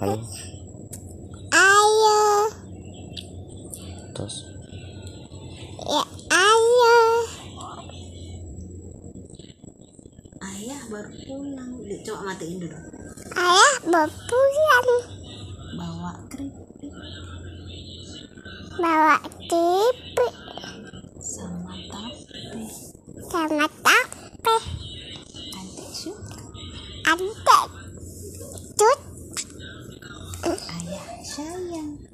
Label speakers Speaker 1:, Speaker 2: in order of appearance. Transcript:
Speaker 1: halo
Speaker 2: ayo
Speaker 1: terus
Speaker 2: ya ayo
Speaker 3: ayah baru pulang Duh, coba matiin dulu
Speaker 2: ayah mau pulang
Speaker 3: bawa keripik
Speaker 2: bawa tipi
Speaker 3: sama tape
Speaker 2: sama tape
Speaker 3: adik suka
Speaker 2: adek tut
Speaker 3: ayah sayang